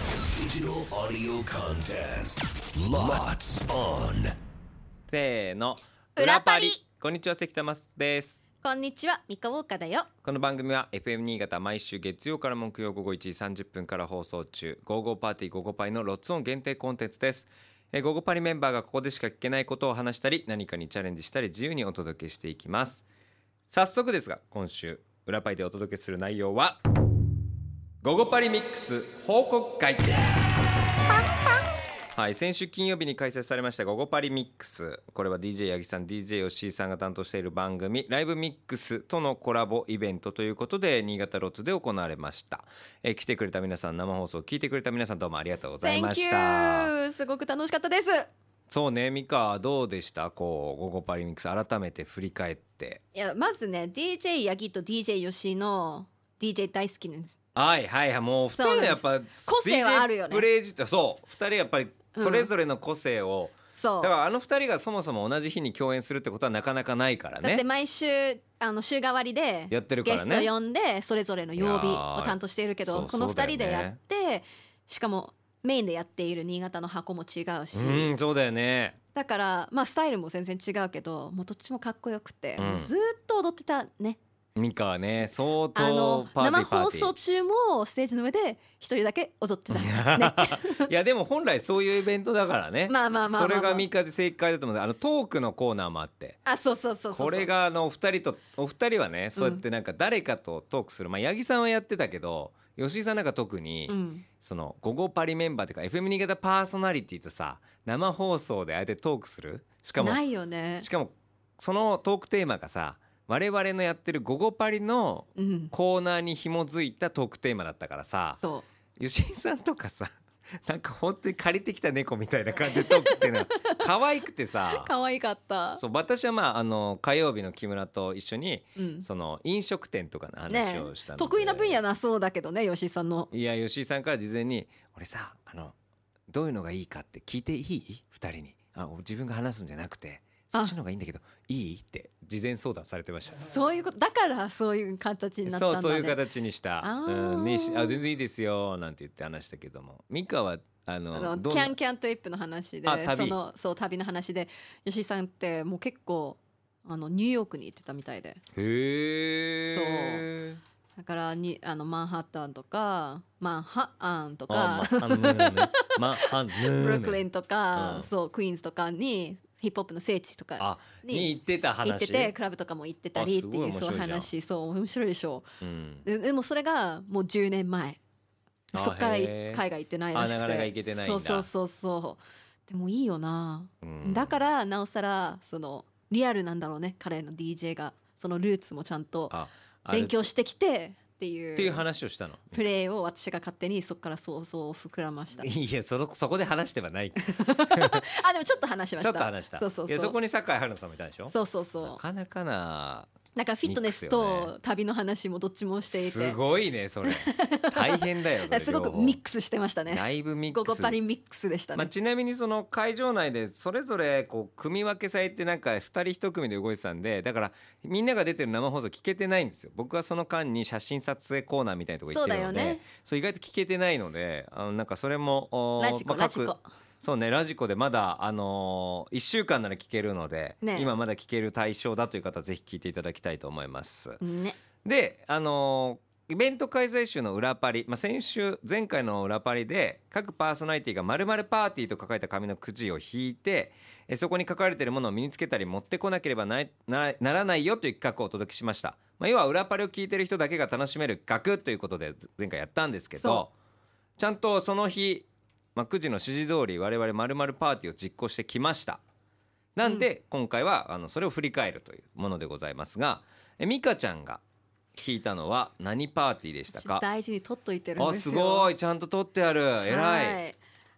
Digital audio contest. Lots on. せーの裏パリこんにちは関田マスですこんにちは、ミカウォーカだよ。この番組は FM 新潟毎週月曜から木曜午後1時30分から放送中「ゴーゴーパーティーゴーゴーパイ」のロッツオン限定コンテンツですえーゴーゴーパリメンバーがここでしか聞けないことを話したり何かにチャレンジしたり自由にお届けしていきます早速ですが今週裏パイでお届けする内容は「ゴーゴーパリミックス報告会」はい、先週金曜日に開催されました「ゴゴパリミックス」これは DJ 八木さん DJ 吉井さんが担当している番組「ライブミックス」とのコラボイベントということで新潟ロッツで行われました、えー来てくれた皆さん生放送を聞いてくれた皆さんどうもありがとうございま Thank した you! すごく楽しかったです。そうね美香どうでしたこう「ゴゴパリミックス」改めて振り返っていや、まずね、DJ ヤギと DJ ヨシの DJ 大好きなんです。はいはいはいもう2人そうなんのですやっぱ個性はあるよね DJ プレイジってそう2人やっぱりそれぞれの個性を、そう。だかだらあの2人がそもそも同じ日に共演するってことはなかなかないからねって毎週、あの週替わりで。やってるかゲらスねト呼んで、それぞれの曜日いやーを担当しているけそど、うこのそうだ二よね人でやって。しかも、メインでやっている新潟の箱も違うし。うんそうだよねだから、まあ、スタイルも全然違うけど、もうどっちもかっこよくて、うんずーっと踊ってたね。ミカはね相あ当のパーティ生ーパー放テ送中もステージの上で一人だけ踊ってた、ね、ィーいやでも本来そういうイベントだからねまあまあまあまあまそあれがミカで正解だと思うんだあのトークのコーナーもあってあそうそうそうそうこれがあのお二人とお二人はねそうやってなんか誰かとトークする、まあ八木さんはやってたけど吉井さんなんか特に、うんその「午後パリ」メンバーというか FM 新潟パーソナリティとさ生放送であえてトークするしかもないよねしかもそのトークテーマがさ我々のやってる「午後パリ」のうんコーナーに紐づいたトークテーマだったからさそ吉井さんとかさ なんか本当に借りてきた猫みたいな感じでトークして るの可愛くてさう可愛かったそう私はまああの火曜日の木村と一緒にうんその飲食店とかの話ねをしたので、得意な分野なそうだけどね吉井さんのいや吉井さんから事前に「俺さあのどういうのがいいかって聞いていい二人にあ自分が話すんじゃなくてそっちの方がいいんだけどいい?」って事前相談されてました。そういうことだからそういう形になったそんだうねそういう形にしたあーうん、にしあ全然いいですよなんて言って話したけども美香はあのあのどんキャンキャントリップの話であ旅そのそう旅の話で吉井さんってもう結構あのニューヨークに行ってたみたいでへえだからにあのマンハッタンとかマンハアンとかあまあうんまあうんブルックリンとか、うんそうクイーンズとかにヒップホップの聖地とかあに行ってた話行っててクラブとかも行ってたりっていあすごいう面白いそういうじゃん話そう面白いでしょうんででもそれがもう10年前あそっからいへー海外行ってないらしくてあなかなか行けてないんだそうそうそうそうでもいいよな、うんだからなおさらそのリアルなんだろうね彼の DJ がそのルーツもちゃんとああれ勉強してきてっていうっていう話をしたのプレーを私が勝手にそこから想像を膨らましたいやそのそこで話してはないちあでもちょっと話しましょたっと話したそうそういそうやそこに酒井春菜さんもいたでしょそうそうそうなかなかななんかフィットネスミックスよと旅の話もどっちもしていてすごいねそれ大変 だよそれすご両く方ミックスしてましたね。ライブミッゴクゴスパリミックスでしたまね。あ、ちなみにその会場内でそれぞれこう組分けされてなんか2人1組で動いてたんでだからみんなが出てる生放送聞けてないんですよ僕はその間に写真撮影コーナーみたいなとこ行ってるのでそうだよねそう意外と聞けてないのであのなんかそれもおーラジコ、まあラ各ジコ。そうねラジコでまだ、あのー、1週間なら聞けるので、ね今まだ聞ける対象だという方はぜひ聞いていただきたいと思います。ね。で、あのーイベント開催週の裏パリ、まあ、先週前回の裏パリで各パーソナリティが「まるパーティー」と書かれた紙のくじを引いてえそこに書かれているものを身につけたり持ってこなければないなならないよという企画をお届けしました、まあ、要は裏パリを聞いてる人だけが楽しめる額ということで前回やったんですけどそちゃんとその日、まあ、くじの指示通り我々まるパーティーを実行してきましたなんで、今回はあのそれを振り返るというものでございますがえ美香ちゃんが聞いたのは何パーティーでしたか大事に取っといてるんあですすよ。ごい。いちゃんと撮ってある偉いい。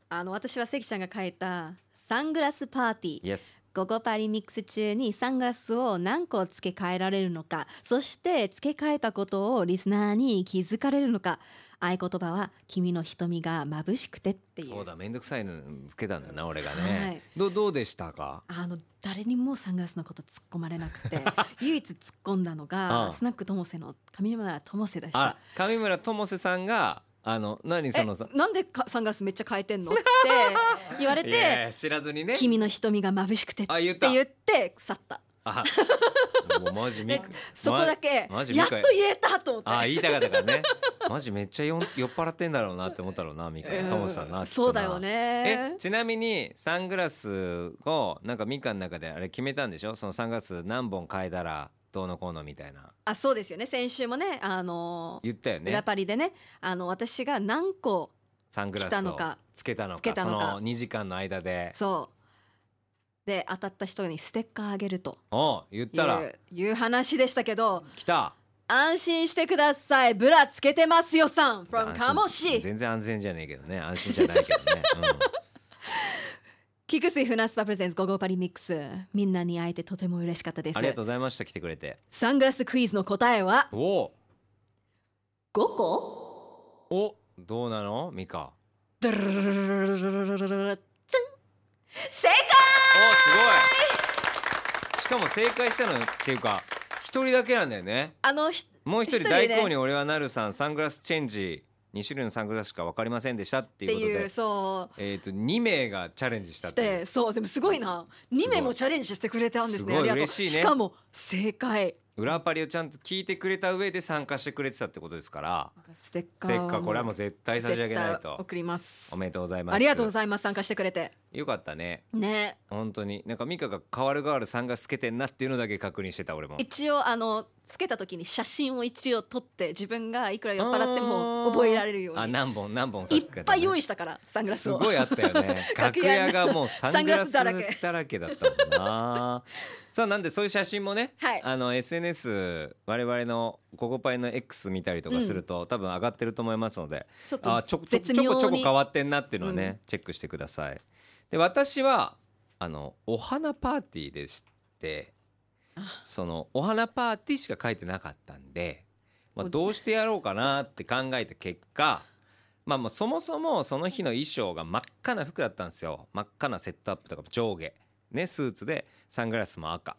あの私は関ちゃんが書いたサングラスパーティー。イエスゴゴパリミックス中にサングラスを何個付け替えられるのかそして付け替えたことをリスナーに気づかれるのか合言葉は「君の瞳が眩しくて」っていうそうだめんどくさいのつけたんだな俺がね、はいどどうでしたかあの誰にもサングラスのこと突っ込まれな くて唯一突っ込んだのああがスナックともせの上村ともせでしあた上村智世さんがあの何そのさえなんでかサングラスめっちゃ変えてんのって 言われいやいてや知らずに「ね君の瞳が眩しくて」ってあ言った言って去ったあ もうマジみでそこだけマジやミっとカ言えたと思ってあ言いたかったからねマジめっちゃよん酔っ払ってんだろうなって思ったろうなみかうんと思ってたなきっとなそうだよえねちなみにサングラスをなんかみかんの中であれ決めたんでしょそのサングラス何本変えたらどうのこうのみたいなあそうですよね先週もねあの言ったよね裏パリでねあの私が何個サングラ来たスのをかつけたのかつけたのかその2時間の間でそうで当たった人にステッカーあげるとお言っいたらういう話でしたけど来た安心してくださいブラつけてますよさん from 安心カモシ全然安全じゃねえけどね安心じゃないけどね、 キクスイフナスパプレゼンツゴゴパリミックスみんなに会えてとても嬉しかったでうん、すありがとうございました来てくれてサングラスクイズの答えはおお5個おどうなのミカドゥルルルルルルルルルルチャン正解おすごいしかも正解したのっていうか一人だけなんだよねあのひもう一一人人ね大光に俺はなるさんサングラスチェンジ2種類のサングラスしか分かりませんでしたっていってうこといでうそえー、と2名がチャレンジしうたっしていてうそうでもすごいな2名もチャレンジしてくれたんですねすごいありがとう嬉しいねしかも正解裏パリをちゃんと聞いてくれた上で参加してくれてたってことですからステッスカテッーカーこれはもう絶絶対差し上げないと送りますおめでとうございますありがとうごいざいます参加してくれてますよかったねね本当になんかミカが変わる変わるサングラスつけてんなっていうのだけ確認してた俺も一応あのつけた時に写真を一応撮って自分がいくら酔っ払っても覚えられるようあに何本何本いっぱい用意意したからサングラスすをごいあったよ ね楽楽屋屋がもうサングラスサだングらラスだらけけだったもんな さあなんでそういう写真もね、はいあの SNS 我々の「ゴゴパイ」の X 見たりとかすると、多分上がってると思いますのでちょっとあちょこちょこ絶ちょ妙こにちょこ変わってんなっていうのはね、うんチェックしてくださいで私はあのお花パーティーでしてそのお花パーティーしか書いてなかったんで、まあ、おどうしてやろうかなって考えた結果まあもうそもそもその日の衣装が真っ赤な服だったんですよ真っ赤なセットアップとか上下ねスーツでサングラスも赤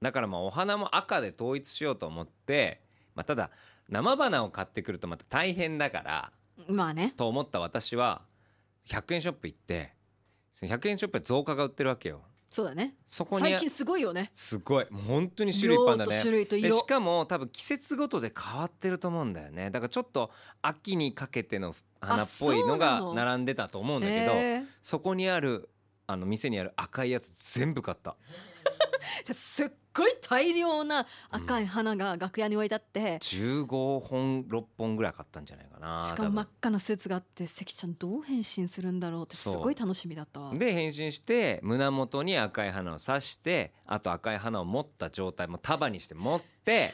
だからまあお花も赤で統一しようと思って、まあ、ただ生花を買ってくるとまた大変だからまあねと思った私は100円ショップ行ってその100円ショップは造花が売ってるわけよそうだねそこに最近すごいよねすごいもう本当に種類いっぱいあるんだ量とね種類とで色しかも多分季節ごとで変わってると思うんだよねだからちょっと秋にかけての花っぽいのあがそうなの並んでたと思うんだけどそえーこにあるあの店にある赤いやつ全部買ったじゃあすっごい大量な赤い花が楽屋に置いてあって、 15本6本ぐらい買ったんじゃないかなしかも真多っ赤なスーツがあって関ちゃんどう変身するんだろうってすごい楽しみだったわ分で変身して胸元に赤い花を刺してあと赤い花を持った状態もう束にして持って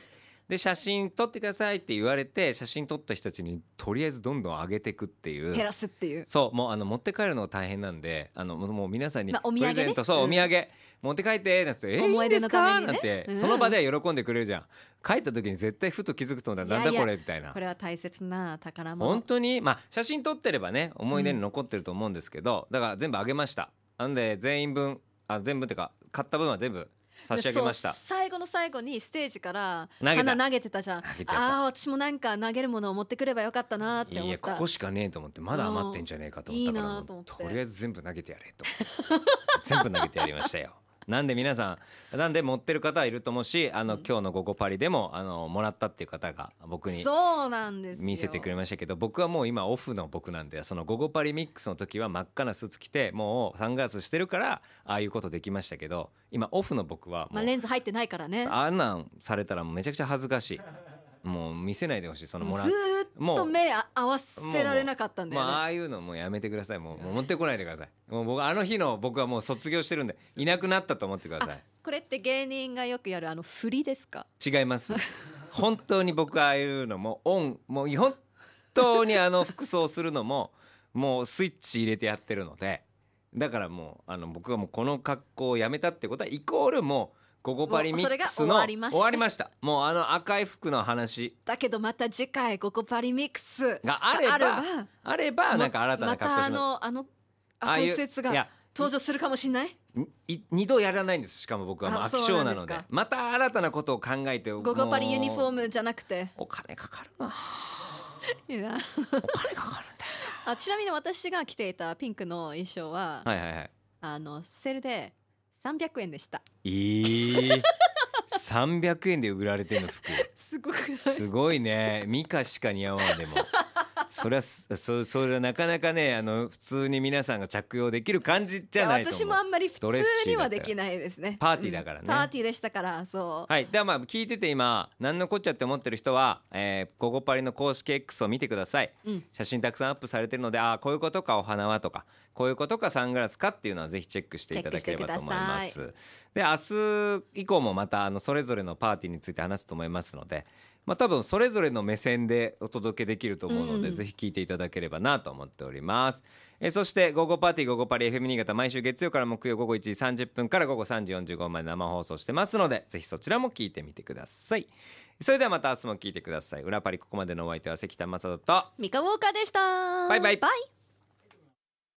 で写真撮ってくださいって言われて写真撮った人たちにとりあえずどんどん上げてくっていう減らすっていうそうもうあの持って帰るのが大変なんであのもうもう皆さんにまあおプ土レ産ねゼントそううおん土産持って帰ってなんて言ってえーい思いんいで出すのたか?」めになねんてうんその場では喜んでくれるじゃん帰った時に絶対ふと気づくと思ったらなんだいやいやこれみたいなこれは大切な宝物本当にまあ写真撮ってればね思い出に残ってると思うんですけどだから全部あげましたなんで全員分あ全部ってか買った分は全部差し上げましたそう最後の最後にステージから投げた花投げてたじゃんあ投げてたあー私もなんか投げるものを持ってくればよかったなーっいて思っやたここしかねえと思ってまだ余ってんじゃねえかと思ったからうんいいなもと思うってとりあえず全部投げてやれと思って全部投げてやりました よなんで皆さんなんで持ってる方はいると思うしあの今日の「ゴゴパリ」でもあのもらったっていう方が僕にそうなんですよ見せてくれましたけど僕はもう今オフの僕なんでその「ゴゴパリミックス」の時は真っ赤なスーツ着てもうサングラスしてるからああいうことできましたけど今オフの僕はもまあ、うレンズ入ってないからねあんなんされたらもうめちゃくちゃ恥ずかしいもう見せないでほしいそのもらっずーっと目あ合わせられなかったんだよね、まあああいうのもうやめてくださいもうもう持ってこないでくださいもう僕あの日の僕はもう卒業してるんでいなくなったと思ってくださいこれって芸人がよくやるあの振りですか違います 本当に僕ああいうのもオンもう本当にあの服装するのももうスイッチ入れてやってるのでだからもうあの僕はもうこの格好をやめたってことはイコールもう「ゴゴパリミックス」のもうそれが終わりました終わりましたもうあの赤い服の話だけどまた次回「ここパリミックス」があればあればあればなんか新たなま格好たしまあのあのあああいういう説いやが登場するかもしれないい二度やらないんですしかも僕はもうあ飽き性なそのうなんでですかまた新たなことを考えて「ゴゴパリユニフォームム」じゃなくてお金かかるないやお金かかるんだあちなみに私が着ていたピンクの衣装は、よはいはいはいあのセールで300円でしたええ300円で売られてんの服すごくないすごいねミカしか似合わないでもそれはすそそれはなかなかねあの普通に皆さんが着用できる感じじゃないと思う私もあんまり普ドレッシー通にだからはできないですねパーティーだからねうんパーティーでしたからそう、はい、ではまあ聞いてて今何のこっちゃって思ってる人は「えー、ゴゴパリ」の公式 X を見てくださいうん写真たくさんアップされてるのでああこういうことかお花はとかこういうことかサングラスかっていうのはぜひチェックしていただければと思いまチすで明日以降もまたあのそれぞれのパーティーについて話すと思いますので、まあ、多分それぞれの目線でお届けできると思うので、うんぜひ聞いていただければなと思っておりますえーそして「午後パーティー午後パリ FM 新潟」毎週月曜から木曜午後1時30分から午後3時45分まで生放送してますのでぜひそちらも聞いてみてくださいそれではまた明日も聞いてください裏パリここまでのお相手は関田正人とミカウォーカーでしたバイバイバイ